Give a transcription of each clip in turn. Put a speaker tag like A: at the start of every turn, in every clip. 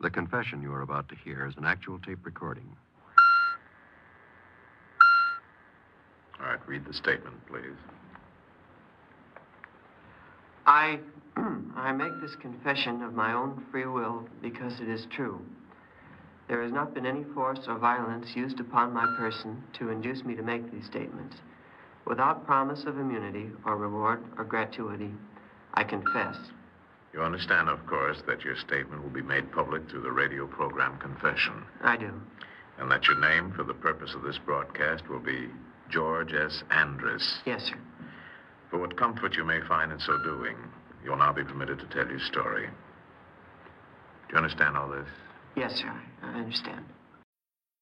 A: The confession you are about to hear is an actual tape recording.
B: All right, read the statement, please.
C: I, I make this confession of my own free will because it is true. There has not been any force or violence used upon my person to induce me to make these statements. Without promise of immunity or reward or gratuity, I confess.
B: You understand, of course, that your statement will be made public through the radio program Confession,
C: I do.
B: and that your name, for the purpose of this broadcast, will be George S. Andrus.
C: Yes, sir.
B: For what comfort you may find in so doing, you'll now be permitted to tell your story. Do you understand all this?
C: Yes, sir. I I understand.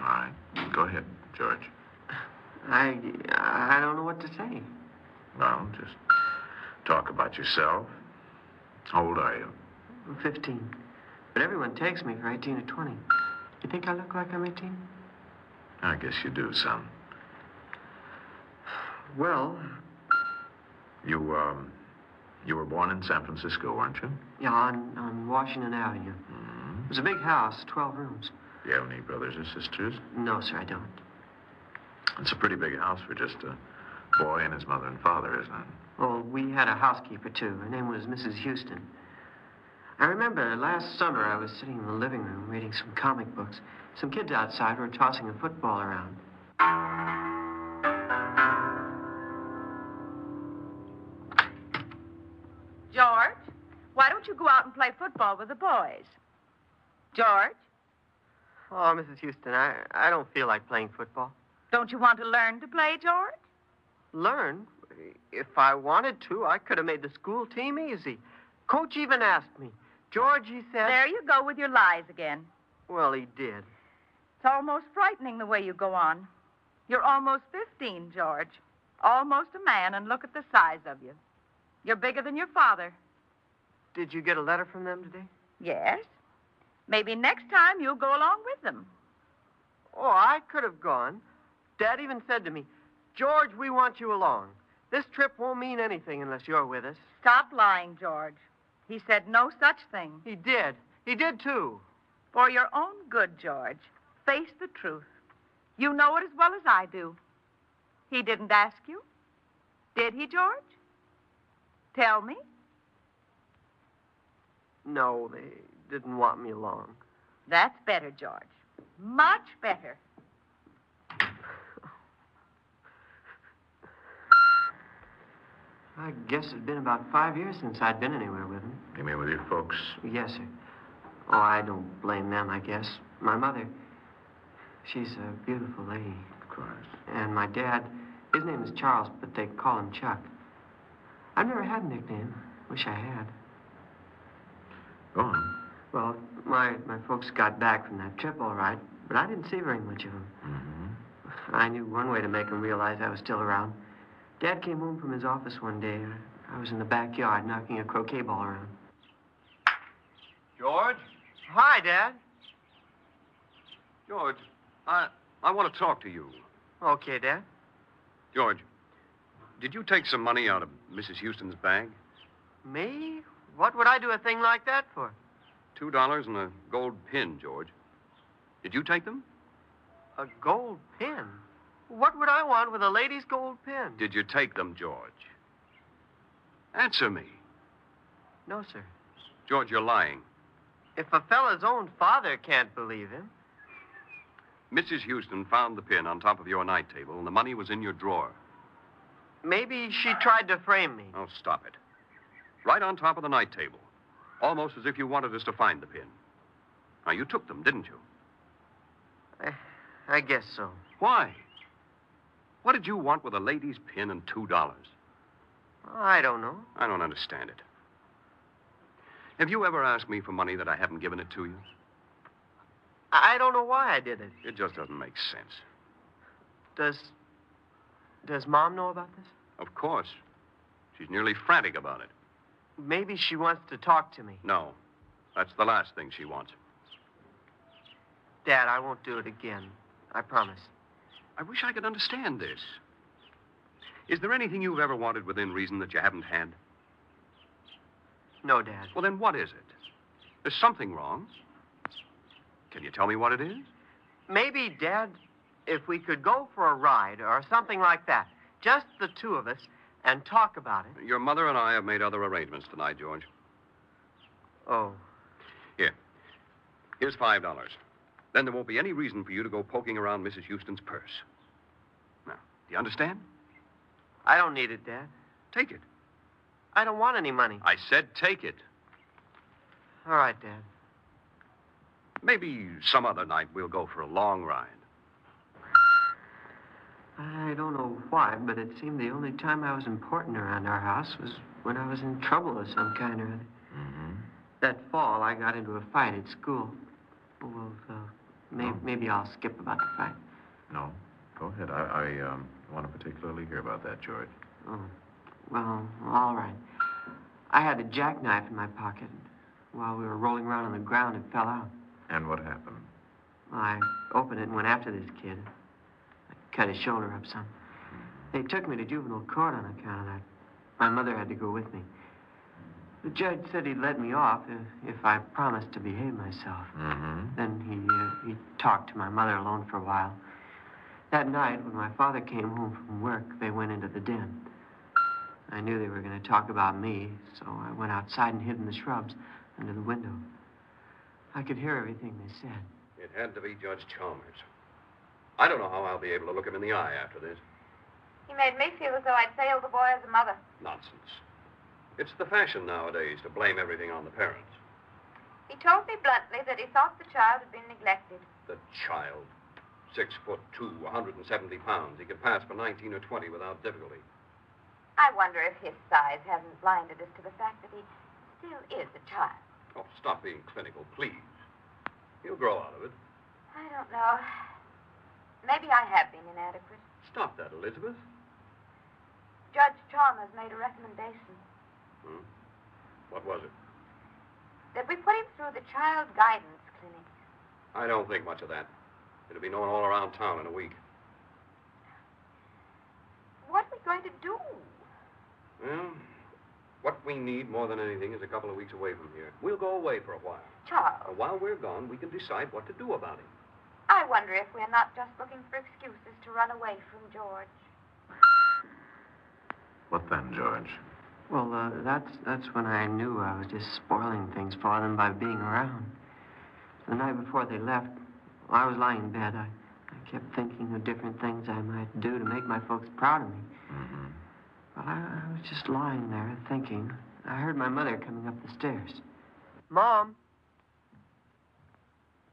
B: All right. Go ahead, George.
C: I, I don't know what to say.
B: Well, just talk about yourself. How old are you?
C: I'm 15. But everyone takes me for 18 or 20. You think I look like I'm 18?
B: I guess you do, son.
C: Well,
B: You, um, you were born in San Francisco, weren't you?
C: yeah, on, on Washington Avenue. It was a big house, 12 rooms.
B: Do you have any brothers or sisters?
C: No, sir, I don't.
B: It's a pretty big house for just a boy and his mother and father, isn't it?
C: Well, Oh, we had a housekeeper, too. Her name was Mrs. Houston. I remember last summer I was sitting in the living room reading some comic books. Some kids outside were tossing a football around.
D: George, why don't you go out and play football with the boys? George,
C: Oh, Mrs. Houston, I, I don't feel like playing football.
D: don't you want to learn to play, George?
C: Learn? If I wanted to, I could have made the school team easy. Coach even asked me. George, he said.
D: There you go with your lies again.
C: Well, he did.
D: It's almost frightening the way you go on. You're almost 15, George. Almost a man, and look at the size of you. You're bigger than your father.
C: Did you get a letter from them today?
D: Yes. Maybe next time you'll go along with them.
C: Oh, I could have gone. Dad even said to me, George, we want you along. This trip won't mean anything unless you're with us.
D: Stop lying, George. He said no such thing.
C: He did. He did, too.
D: For your own good, George, face the truth. You know it as well as I do. He didn't ask you. Did he, George? Tell me.
C: No, they didn't want me along.
D: That's better, George. Much better.
C: I guess it'd been about five years since I'd been anywhere with them.
B: You mean with your folks?
C: Yes, sir. Oh, I don't blame them, I guess. My mother, she's a beautiful lady.
B: Of course.
C: And my dad, his name is Charles, but they call him Chuck. I've never had a nickname. Wish I had.
B: Go on.
C: Well, my, my folks got back from that trip all right, but I didn't see very much of them.
B: Mm-hmm.
C: I knew one way to make them realize I was still around. Dad came home from his office one day. I- I was in the backyard knocking a croquet ball around.
E: George?
C: Hi, Dad.
E: George, I, I want to talk to you.
C: Okay, Dad.
E: George, did you take some money out of Mrs. Houston's bag?
C: Me? What would I do a thing like that for?
E: Two dollars and a gold pin, George. Did you take them?
C: A gold pin? What would I want with a lady's gold pin?
E: Did you take them, George? Answer me.
C: No, sir.
E: George, you're lying.
C: If a fella's own father can't believe him.
E: Mrs. Houston found the pin on top of your night table, and the money was in your drawer.
C: Maybe she tried to frame me.
E: Oh, stop it. Right on top of the night table. Almost as if you wanted us to find the pin. Now, you took them, didn't you?
C: I, Eh, I guess so.
E: Why? What did you want with a lady's pin and two dollars?
C: I don't know.
E: I don't understand it. Have you ever asked me for money that I haven't given it to you?
C: I I don't know why I did it.
E: It just doesn't make sense.
C: Does. Does Mom know about this?
E: Of course. She's nearly frantic about it.
C: Maybe she wants to talk to me.
E: No. That's the last thing she wants.
C: Dad, I won't do it again. I promise.
E: I wish I could understand this. Is there anything you've ever wanted within reason that you haven't had?
C: No, Dad.
E: Well, then what is it? There's something wrong. Can you tell me what it is?
C: Maybe, Dad, if we could go for a ride or something like that, just the two of us, and talk about it.
E: Your mother and I have made other arrangements tonight, George.
C: Oh,
E: Here. Here's five dollars. Then there won't be any reason for you to go poking around Mrs. Houston's purse. Now, do you understand?
C: I don't need it, Dad.
E: Take it.
C: I don't want any money.
E: I said take it.
C: All right, Dad.
E: Maybe some other night we'll go for a long ride.
C: I don't know why, but it seemed the only time I was important around our house was when I was in trouble of some kind or other. That fall, I got into a fight at school. Well, uh, may- maybe I'll skip about the fight.
A: No. Go ahead. I, I um, want to particularly hear about that, George.
C: Oh, well, all right. I had a jackknife in my pocket. While we were rolling around on the ground, it fell out.
A: And what happened?
C: I opened it and went after this kid. I cut his shoulder up some. They took me to juvenile court on account of that. My mother had to go with me. The judge said he'd let me off if, if I promised to behave myself.
A: Mm-hmm.
C: Then he, uh, he talked to my mother alone for a while. That night, when my father came home from work, they went into the den. I knew they were going to talk about me, so I went outside and hid in the shrubs under the window. I could hear everything they said.
E: It had to be Judge Chalmers. I don't know how I'll be able to look him in the eye after this.
F: He made me feel as though I'd failed the boy as a mother.
E: Nonsense. It's the fashion nowadays to blame everything on the parents.
F: He told me bluntly that he thought the child had been neglected.
E: The child. Six foot two, 170 pounds. He could pass for 19 or 20 without difficulty.
F: I wonder if his size hasn't blinded us to the fact that he still is a child.
E: Oh, stop being clinical, please. He'll grow out of it.
F: I don't know. Maybe I have been inadequate.
E: Stop that, Elizabeth.
F: Judge Chalmers made a recommendation
E: Hmm? What was it?
F: that we put him through the child guidance clinic.
E: I don't think much of that. It'll be known all around town in a week.
F: What are we going to do?
E: Well, what we need more than anything is a couple of weeks away from here. We'll go away for a while.
F: Charles,
E: And while we're gone, we can decide what to do about him.
F: I wonder if we're not just looking for excuses to run away from George.
A: What then, George?
C: Well, uh, that's that's when I knew I was just spoiling things for them by being around. The night before they left, I was lying in bed. I, I kept thinking of different things I might do to make my folks proud of me.
A: Mm-hmm.
C: Well, I, I was just lying there thinking. I heard my mother coming up the stairs. Mom,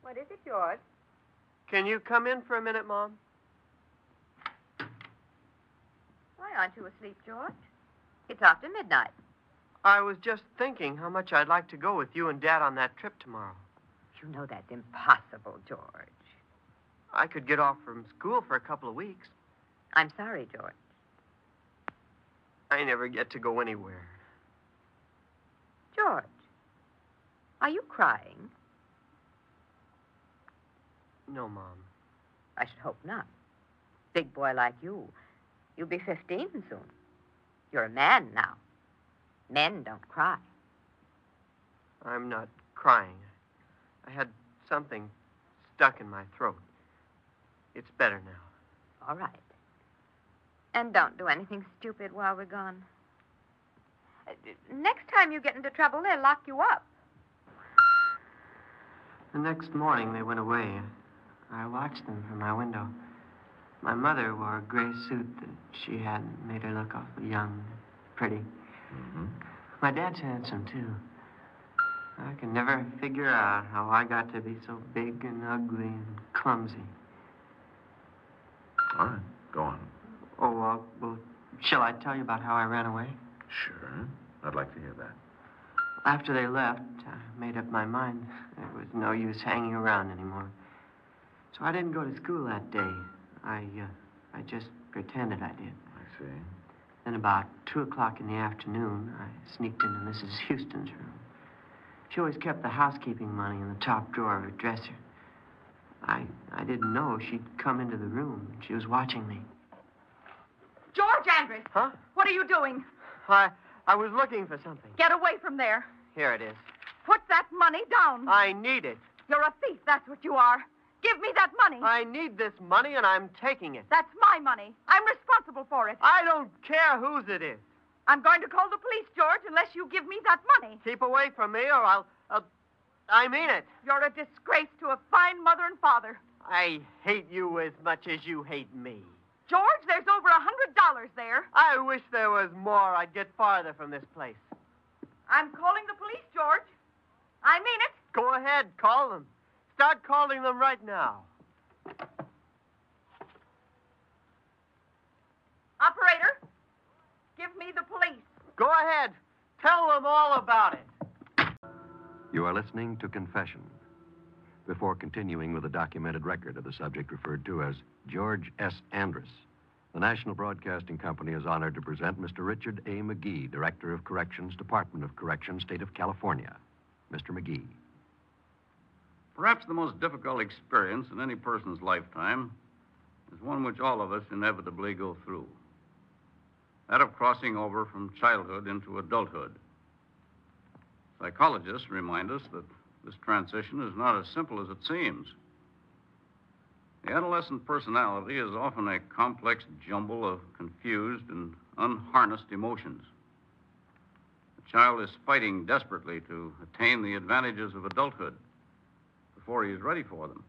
F: What is it, George?
C: can you come in for a minute, Mom?
F: Why aren't you asleep, George? It's after midnight.
C: I was just thinking how much I'd like to go with you and Dad on that trip tomorrow.
F: You know that's impossible, George.
C: I could get off from school for a couple of weeks.
F: I'm sorry, George.
C: I never get to go anywhere.
F: George, are you crying?
C: No, Mom.
F: I should hope not. Big boy like you, you'll be 15 soon. You're a man now. Men don't cry.
C: I'm not crying. I had something stuck in my throat. It's better now.
F: All right. And don't do anything stupid while we're gone. Uh, Next time you get into trouble, they'll lock you up.
C: The next morning, they went away. I watched them from my window. My mother wore a gray suit that she had and made her look awfully young and pretty.
A: Mm-hmm.
C: My dad's handsome, too. I can never figure out how I got to be so big and ugly and clumsy.
A: All right. Go on.
C: Oh, uh, well, shall I tell you about how I ran away?
A: Sure. I'd like to hear that.
C: After they left, I made up my mind it was no use hanging around anymore. So I didn't go to school that day. I, uh, I just pretended I did.
B: I see.
C: Then about two o'clock in the afternoon, I sneaked into Mrs. Houston's room. She always kept the housekeeping money in the top drawer of her dresser. I, I didn't know she'd come into the room. She was watching me.
D: George Andrews!
C: Huh?
D: What are you doing?
C: I, I was looking for something.
D: Get away from there.
C: Here it is.
D: Put that money down.
C: I need it.
D: You're a thief, that's what you are. Give me that money.
C: I need this money, and I'm taking it.
D: That's my money. I'm responsible for it.
C: I don't care whose it is.
D: I'm going to call the police, George, unless you give me that money.
C: Keep away from me, or I'll. Uh, I mean it.
D: You're a disgrace to a fine mother and father.
C: I hate you as much as you hate me.
D: George, there's over a hundred dollars there.
C: I wish there was more. I'd get farther from this place.
D: I'm calling the police, George. I mean it.
C: Go ahead, call them. Start calling them right now.
D: Operator, give me the police.
C: Go ahead. Tell them all about it.
A: You are listening to Confession. Before continuing with a documented record of the subject referred to as George S. Andrus, the National Broadcasting Company is honored to present Mr. Richard A. McGee, Director of Corrections, Department of Corrections, State of California. Mr. McGee.
G: Perhaps the most difficult experience in any person's lifetime is one which all of us inevitably go through that of crossing over from childhood into adulthood. Psychologists remind us that this transition is not as simple as it seems. The adolescent personality is often a complex jumble of confused and unharnessed emotions. The child is fighting desperately to attain the advantages of adulthood before he is ready for them.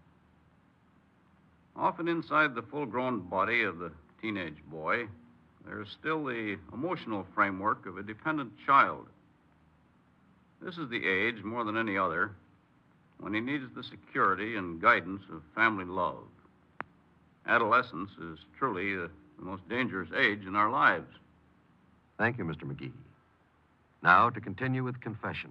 G: Often inside the full grown body of the teenage boy, there is still the emotional framework of a dependent child. This is the age, more than any other, when he needs the security and guidance of family love. Adolescence is truly the, the most dangerous age in our lives.
A: Thank you, Mr. McGee. Now, to continue with confession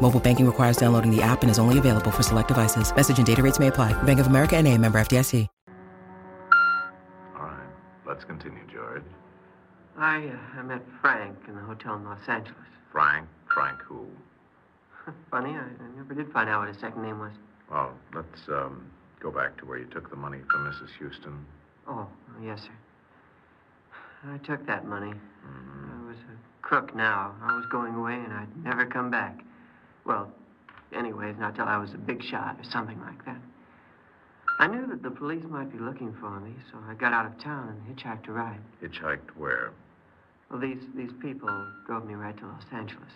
H: Mobile banking requires downloading the app and is only available for select devices. Message and data rates may apply. Bank of America and a member FDIC.
B: All right. Let's continue, George.
C: I, uh, I met Frank in the hotel in Los Angeles.
B: Frank, Frank who?
C: Funny, I, I never did find out what his second name was.
B: Well, let's um, go back to where you took the money from Mrs. Houston.
C: Oh, yes, sir. I took that money. I was a crook now. I was going away and I'd never come back. Well, anyways, not till I was a big shot or something like that. I knew that the police might be looking for me, so I got out of town and hitchhiked a ride.
B: Hitchhiked where?
C: Well, these, these people drove me right to Los Angeles.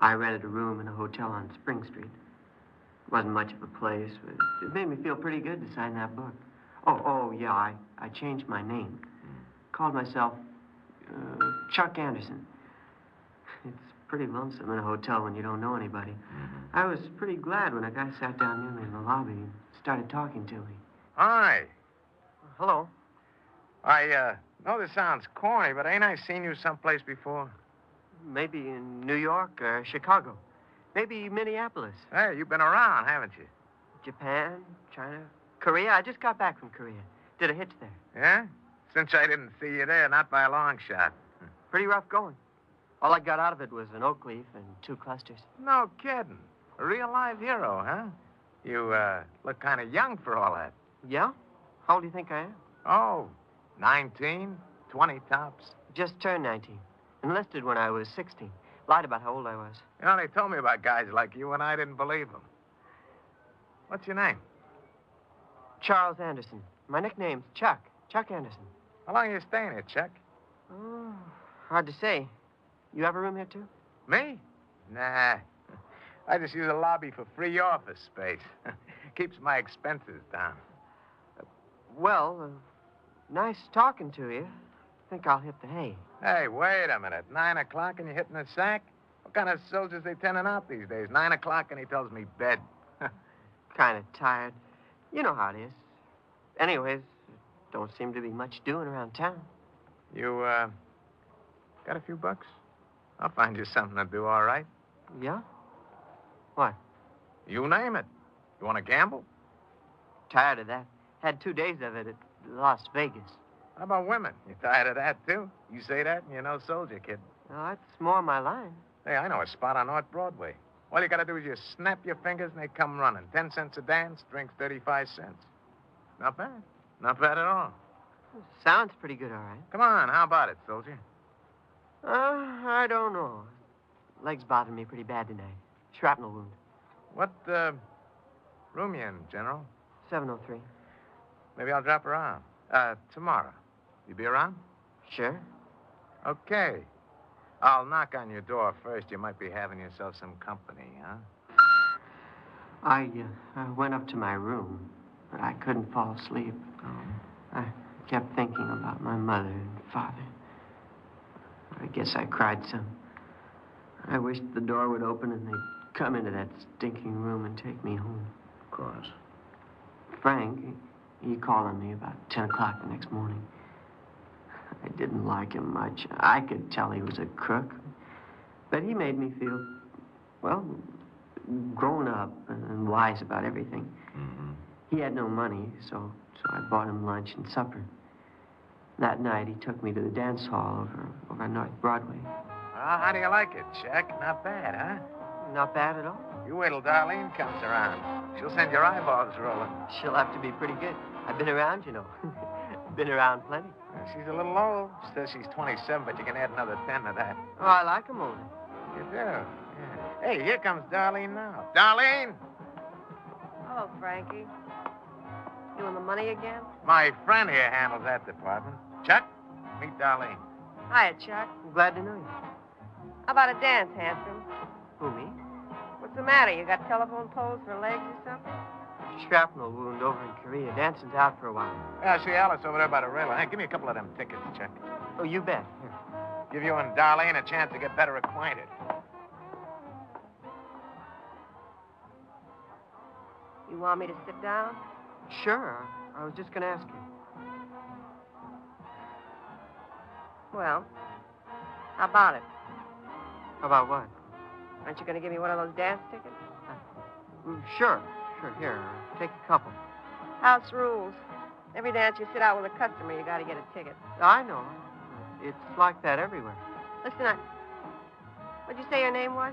C: I rented a room in a hotel on Spring Street. It wasn't much of a place, but it made me feel pretty good to sign that book. Oh, oh, yeah, I, I changed my name. Called myself uh, Chuck Anderson. It's pretty lonesome in a hotel when you don't know anybody. I was pretty glad when a guy sat down near me in the lobby and started talking to me.
I: Hi.
C: Hello?
I: I uh, know this sounds corny, but ain't I seen you someplace before?
C: Maybe in New York or Chicago. Maybe Minneapolis,
I: Hey, you've been around, haven't you?
C: Japan, China, Korea. I just got back from Korea. Did a hitch there.
I: Yeah? Since I didn't see you there, not by a long shot.
C: Pretty rough going. All I got out of it was an oak leaf and two clusters.
I: No kidding. A real live hero, huh? You uh, look kind of young for all that.
C: Yeah? How old do you think I am?
I: Oh, 19, 20 tops.
C: Just turned 19. Enlisted when I was 16. Lied about how old I was.
I: You know, they told me about guys like you, and I didn't believe them. What's your name?
C: Charles Anderson. My nickname's Chuck. Chuck Anderson.
I: How long you staying here, Chuck? Hmm.
C: Oh, hard to say. You have a room here, too?
I: Me? Nah. I just use a lobby for free office space. Keeps my expenses down.
C: Well, uh, nice talking to you. Think I'll hit the hay.
I: Hey, wait a minute. Nine o'clock and you're hitting the sack? What kind of soldiers they turning out these days? Nine o'clock and he tells me bed.
C: Kind of tired. You know how it is. Anyways, don't seem to be much doing around town.
I: You, uh, got a few bucks? I'll find you something to do, all right?
C: Yeah? What?
I: You name it. You want to gamble?
C: Tired of that. Had two days of it at Las Vegas.
I: How about women? You tired of that, too? You say that and you're no soldier, kid.
C: Oh, that's more my line.
I: Hey, I know a spot on North Broadway. All you got to do is you snap your fingers and they come running. Ten cents a dance, drinks 35 cents. Not bad. Not bad at all.
C: Sounds pretty good, all right.
I: Come on, how about it, soldier?
C: Uh, I don't know. Legs bothered me pretty bad tonight. Shrapnel wound.
I: What, uh, room you in, General?
C: 703.
I: Maybe I'll drop around. Uh, tomorrow. You be around?
C: Sure?
I: Okay. I'll knock on your door first. You might be having yourself some company, huh?
C: I, uh, I went up to my room, but I couldn't fall asleep.
B: Oh.
C: I kept thinking about my mother and father. I guess I cried some. I wished the door would open and they'd come into that stinking room and take me home.
B: Of course.
C: Frank, he he called on me about 10 o'clock the next morning. I didn't like him much. I could tell he was a crook. But he made me feel, well, grown up and wise about everything. He had no money, so, so I bought him lunch and supper. That night, he took me to the dance hall over, over on North Broadway.
I: Well, how do you like it, Jack? Not bad, huh?
C: Not bad at all.
I: You wait till Darlene comes around. She'll send your eyeballs rolling.
C: She'll have to be pretty good. I've been around, you know. been around plenty.
I: Uh, She's a little old. Says she's 27, but you can add another 10 to that.
C: Oh, I like him older.
I: You do? Yeah. Hey, here comes Darlene now. Darlene!
J: Hello, Frankie. You want the money again?
I: My friend here handles that department. Chuck, meet Darlene.
J: Hiya, Chuck.
C: I'm glad to know you.
J: How about a dance, handsome?
C: Who, me?
J: What's the matter? You got telephone poles for legs or something?
C: Shrapnel wound over in Korea. Dancing's out for a while.
I: Yeah, I see Alice over there by the railing. Hey, give me a couple of them tickets, Chuck.
C: Oh, you bet. Here.
I: Give you and Darlene a chance to get better acquainted.
J: You want me to sit down?
C: Sure. I was just going to ask you.
J: Well, how about it?
C: How about what?
J: Aren't you going to give me one of those dance tickets?
C: Mm, Sure. Sure. Here. Take a couple.
J: House rules. Every dance you sit out with a customer, you got to get a ticket.
C: I know. It's like that everywhere.
J: Listen, I. What'd you say your name was?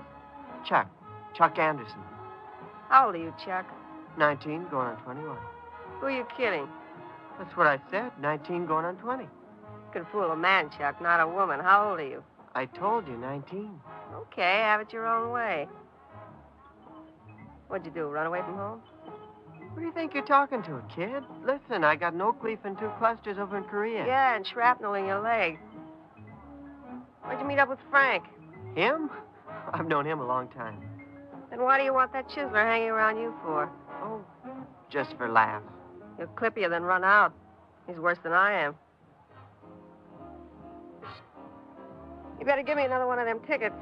C: Chuck. Chuck Anderson.
J: How old are you, Chuck?
C: 19 going on 21.
J: Who are you kidding?
C: That's what I said. 19 going on 20.
J: You can fool a man, Chuck, not a woman. How old are you?
C: I told you, 19.
J: Okay, have it your own way. What'd you do? Run away from home?
C: What do you think you're talking to, kid? Listen, I got an oak leaf and two clusters over in Korea.
J: Yeah, and shrapnel in your leg. Where'd you meet up with Frank?
C: Him? I've known him a long time.
J: Then why do you want that chiseler hanging around you for?
C: Oh, just for laughs.
J: He'll clip you, then run out. He's worse than I am. You better give me another one of them tickets.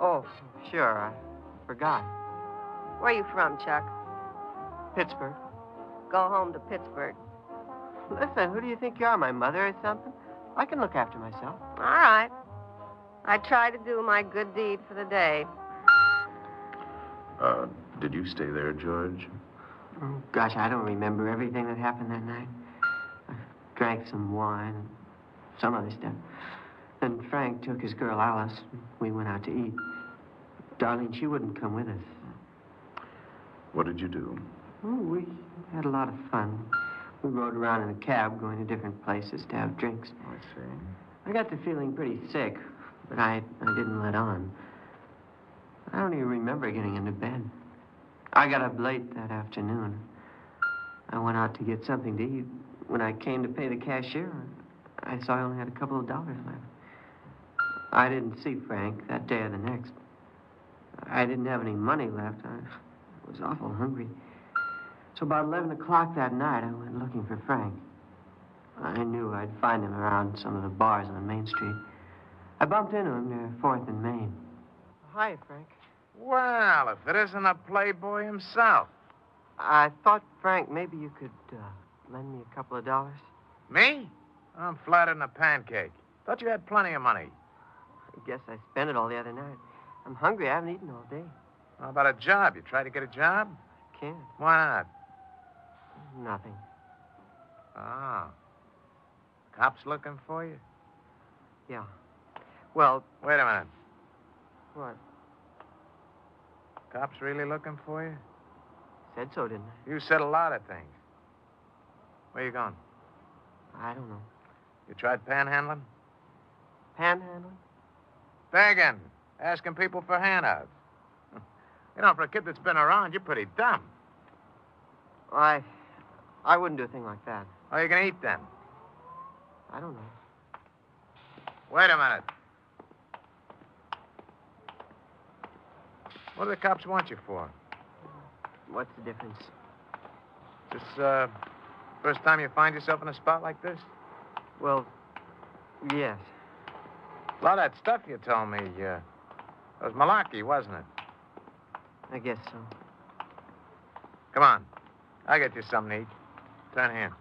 C: Oh, sure. I forgot.
J: Where you from, Chuck?
C: Pittsburgh.
J: Go home to Pittsburgh.
C: Listen, who do you think you are, my mother or something? I can look after myself.
J: All right. I try to do my good deed for the day.
B: Uh, did you stay there, George?
C: Oh, gosh, I don't remember everything that happened that night. I drank some wine and some other stuff. Then Frank took his girl Alice. and We went out to eat. Darling, she wouldn't come with us.
B: What did you do?
C: Oh, we had a lot of fun. We rode around in a cab going to different places to have drinks.
B: I see.
C: I got to feeling pretty sick, but I, I didn't let on. I don't even remember getting into bed. I got up late that afternoon. I went out to get something to eat. When I came to pay the cashier, I saw I only had a couple of dollars left. I didn't see Frank that day or the next. I didn't have any money left. I was awful hungry. So about 11 o'clock that night, I went looking for Frank. I knew I'd find him around some of the bars on Main Street. I bumped into him near 4th and Main.
J: Hi, Frank.
I: Well, if it isn't a playboy himself.
C: I thought, Frank, maybe you could uh, lend me a couple of dollars.
I: Me? I'm flatter than a pancake. Thought you had plenty of money.
C: I guess I spent it all the other night. I'm hungry. I haven't eaten all day.
I: How about a job? You try to get a job?
C: Can't.
I: Why not?
C: Nothing.
I: Ah. Cops looking for you?
C: Yeah. Well,
I: Wait a minute.
C: what?
I: Cops really looking for you?
C: Said so, didn't
I: You said a lot of things. Where you going?
C: I? I don't know.
I: You tried panhandling?
C: Panhandling?
I: Begging. Asking people for handouts. You know, for a kid that's been around, you're pretty dumb.
C: I. I wouldn't do a thing like that.
I: How are you going to eat then?
C: I don't know.
I: Wait a minute. What do the cops want you for?
C: What's the difference?
I: This, uh, first time you find yourself in a spot like this?
C: Well, yes.
I: A lot of that stuff you told me, uh, it was malarkey, wasn't it?
C: I guess so.
I: Come on. I'll get you something to eat. Turn here.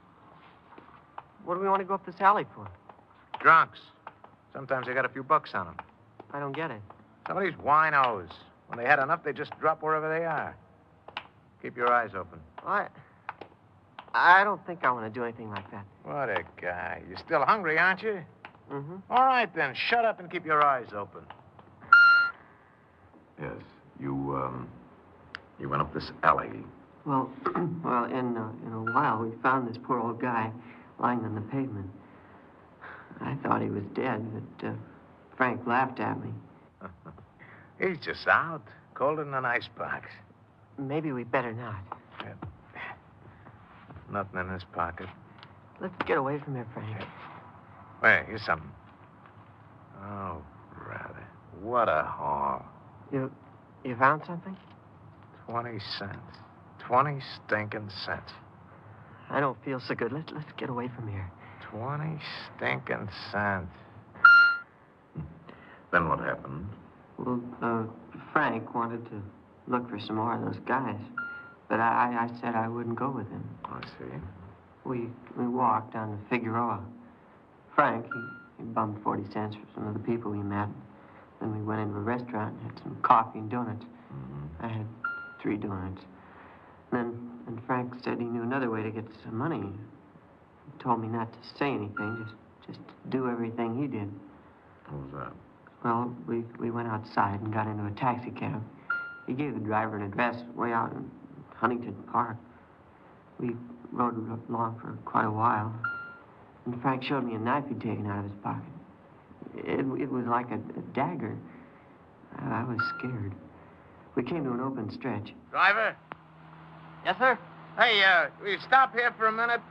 C: What do we want to go up this alley for?
I: Drunks. Sometimes they got a few bucks on them.
C: I don't get it.
I: Some of these winos, when they had enough, they just drop wherever they are. Keep your eyes open.
C: I. I don't think I want to do anything like that.
I: What a guy. You're still hungry, aren't you?
C: Mm-hmm.
I: All right, then. Shut up and keep your eyes open.
B: Yes. You, um, you went up this alley.
C: Well, well, in uh, in a while we found this poor old guy lying on the pavement. I thought he was dead, but uh, Frank laughed at me.
I: He's just out, cold in an icebox.
C: Maybe we better not.
I: Nothing in his pocket.
C: Let's get away from here, Frank.
I: Wait, here's something. Oh, rather. What a haul.
C: You you found something?
I: Twenty cents. Twenty stinking cents.
C: I don't feel so good. Let let's get away from here.
I: Twenty stinking cents.
B: Then what happened?
C: Well, uh, Frank wanted to look for some more of those guys, but I, I I said I wouldn't go with him.
B: I see.
C: We we walked down to Figueroa. Frank, he, he bummed 40 cents from some of the people we met. Then we went into a restaurant and had some coffee and donuts.
B: Mm-hmm.
C: I had three donuts. Then and Frank said he knew another way to get some money. He told me not to say anything, just just do everything he did.
B: What was that?
C: Well, we, we went outside and got into a taxi cab. He gave the driver an address way out in Huntington Park. We rode along for quite a while, and Frank showed me a knife he'd taken out of his pocket. It, it was like a, a dagger. I was scared. We came to an open stretch.
I: Driver?
C: Yes, sir?
I: Hey, uh, will you stop here for a minute?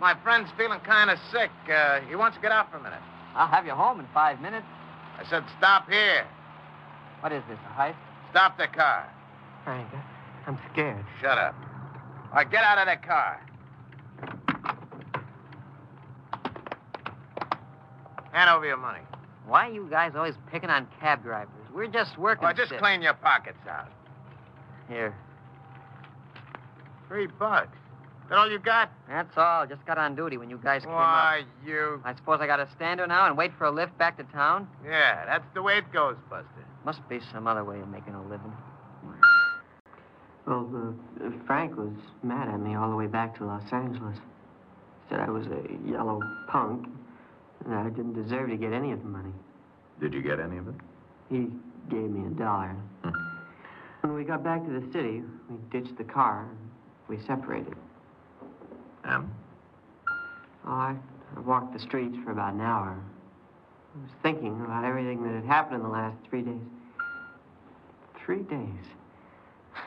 I: My friend's feeling kind of sick. Uh, he wants to get out for a minute.
C: I'll have you home in five minutes.
I: I said, stop here.
C: What is this, a heist?
I: Stop the car.
C: Frank, I'm scared.
I: Shut up. All right, get out of the car. Hand over your money.
C: Why are you guys always picking on cab drivers? We're just working.
I: Well, just clean your pockets out.
C: Here.
I: Three bucks. That all you got?
C: That's all. Just got on duty when you guys came up.
I: Why, you.
C: I suppose I gotta stand here now and wait for a lift back to town?
I: Yeah, that's the way it goes, Buster.
C: Must be some other way of making a living. Well, uh, Frank was mad at me all the way back to Los Angeles. Said I was a yellow punk, and I didn't deserve to get any of the money.
B: Did you get any of it?
C: He gave me a dollar. when we got back to the city, we ditched the car and we separated.
B: And?
C: Oh, I, I walked the streets for about an hour. I was thinking about everything that had happened in the last three days. Three days.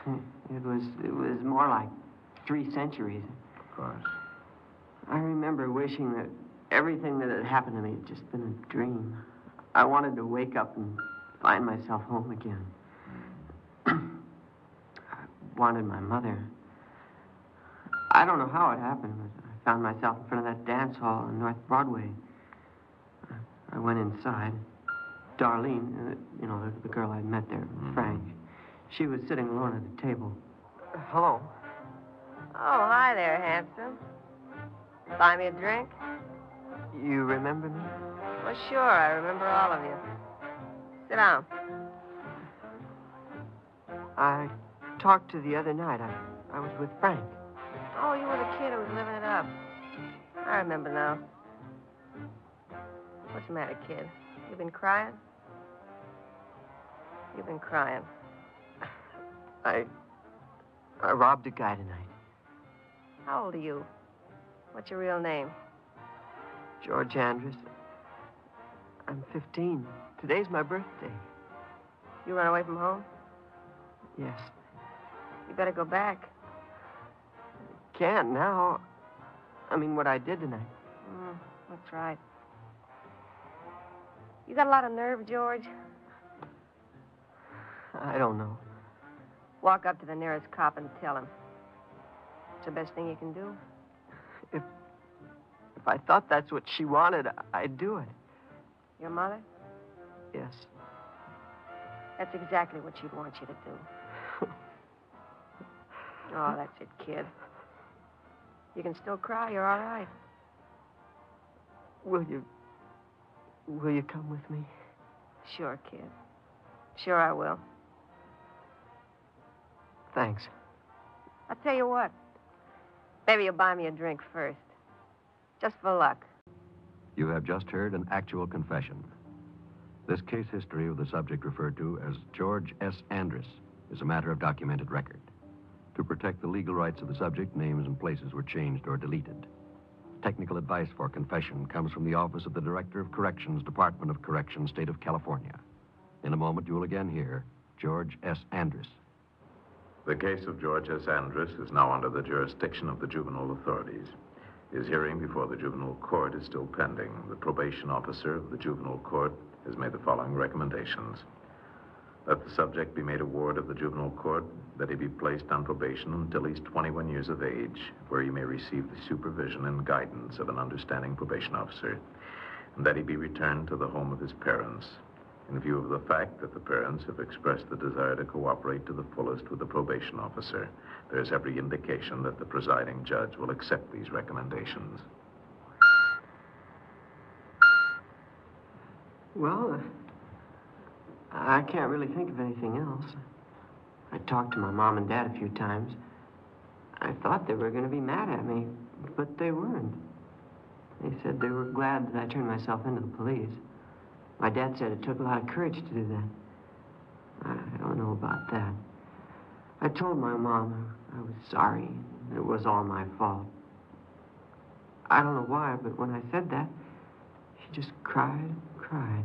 C: It was it was more like three centuries.
B: Of course.
C: I remember wishing that everything that had happened to me had just been a dream. I wanted to wake up and find myself home again. wanted my mother. I don't know how it happened, but I found myself in front of that dance hall on North Broadway. I- I went inside. Darlene, uh, you know, the, the girl I'd met there, Frank, she was sitting alone at the table. Hello?
J: Oh, hi there, handsome. Buy me a drink?
C: You remember me?
J: Well, sure, I remember all of you. Sit down.
C: I talked to the other night. I, I was with Frank.
J: Oh, you were the kid who was living it up. I remember now. What's the matter, kid? You been crying? You've been crying.
C: I. I robbed a guy tonight.
J: How old are you? What's your real name?
C: George Andrus. I'm 15. Today's my birthday.
J: You run away from home?
C: Yes.
J: You better go back.
C: Can't now. I mean, what I did tonight.
J: Mm, that's right. You got a lot of nerve, George.
C: I don't know.
J: Walk up to the nearest cop and tell him. It's the best thing you can do.
C: If I thought that's what she wanted, I- I'd do it.
J: Your mother?
C: Yes.
J: That's exactly what she'd want you to do. oh, that's it, kid. You can still cry. You're all right.
C: Will you. Will you come with me?
J: Sure, kid. Sure, I will.
C: Thanks.
J: I'll tell you what. Maybe you'll buy me a drink first. Just for luck.
A: You have just heard an actual confession. This case history of the subject referred to as George S. Andrus is a matter of documented record. To protect the legal rights of the subject, names and places were changed or deleted. Technical advice for confession comes from the Office of the Director of Corrections, Department of Corrections, State of California. In a moment, you will again hear George S. Andrus.
B: The case of George S. Andrus is now under the jurisdiction of the juvenile authorities. His hearing before the juvenile court is still pending. The probation officer of the juvenile court has made the following recommendations that the subject be made a ward of the juvenile court, that he be placed on probation until he's 21 years of age, where he may receive the supervision and guidance of an understanding probation officer, and that he be returned to the home of his parents. In view of the fact that the parents have expressed the desire to cooperate to the fullest with the probation officer, there is every indication that the presiding judge will accept these recommendations.
C: Well, uh, I can't really think of anything else. I talked to my mom and dad a few times. I thought they were going to be mad at me, but they weren't. They said they were glad that I turned myself into the police. My dad said it took a lot of courage to do that. I don't know about that. I told my mom I was sorry. It was all my fault. I don't know why, but when I said that, she just cried and cried.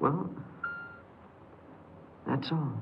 C: Well, that's all.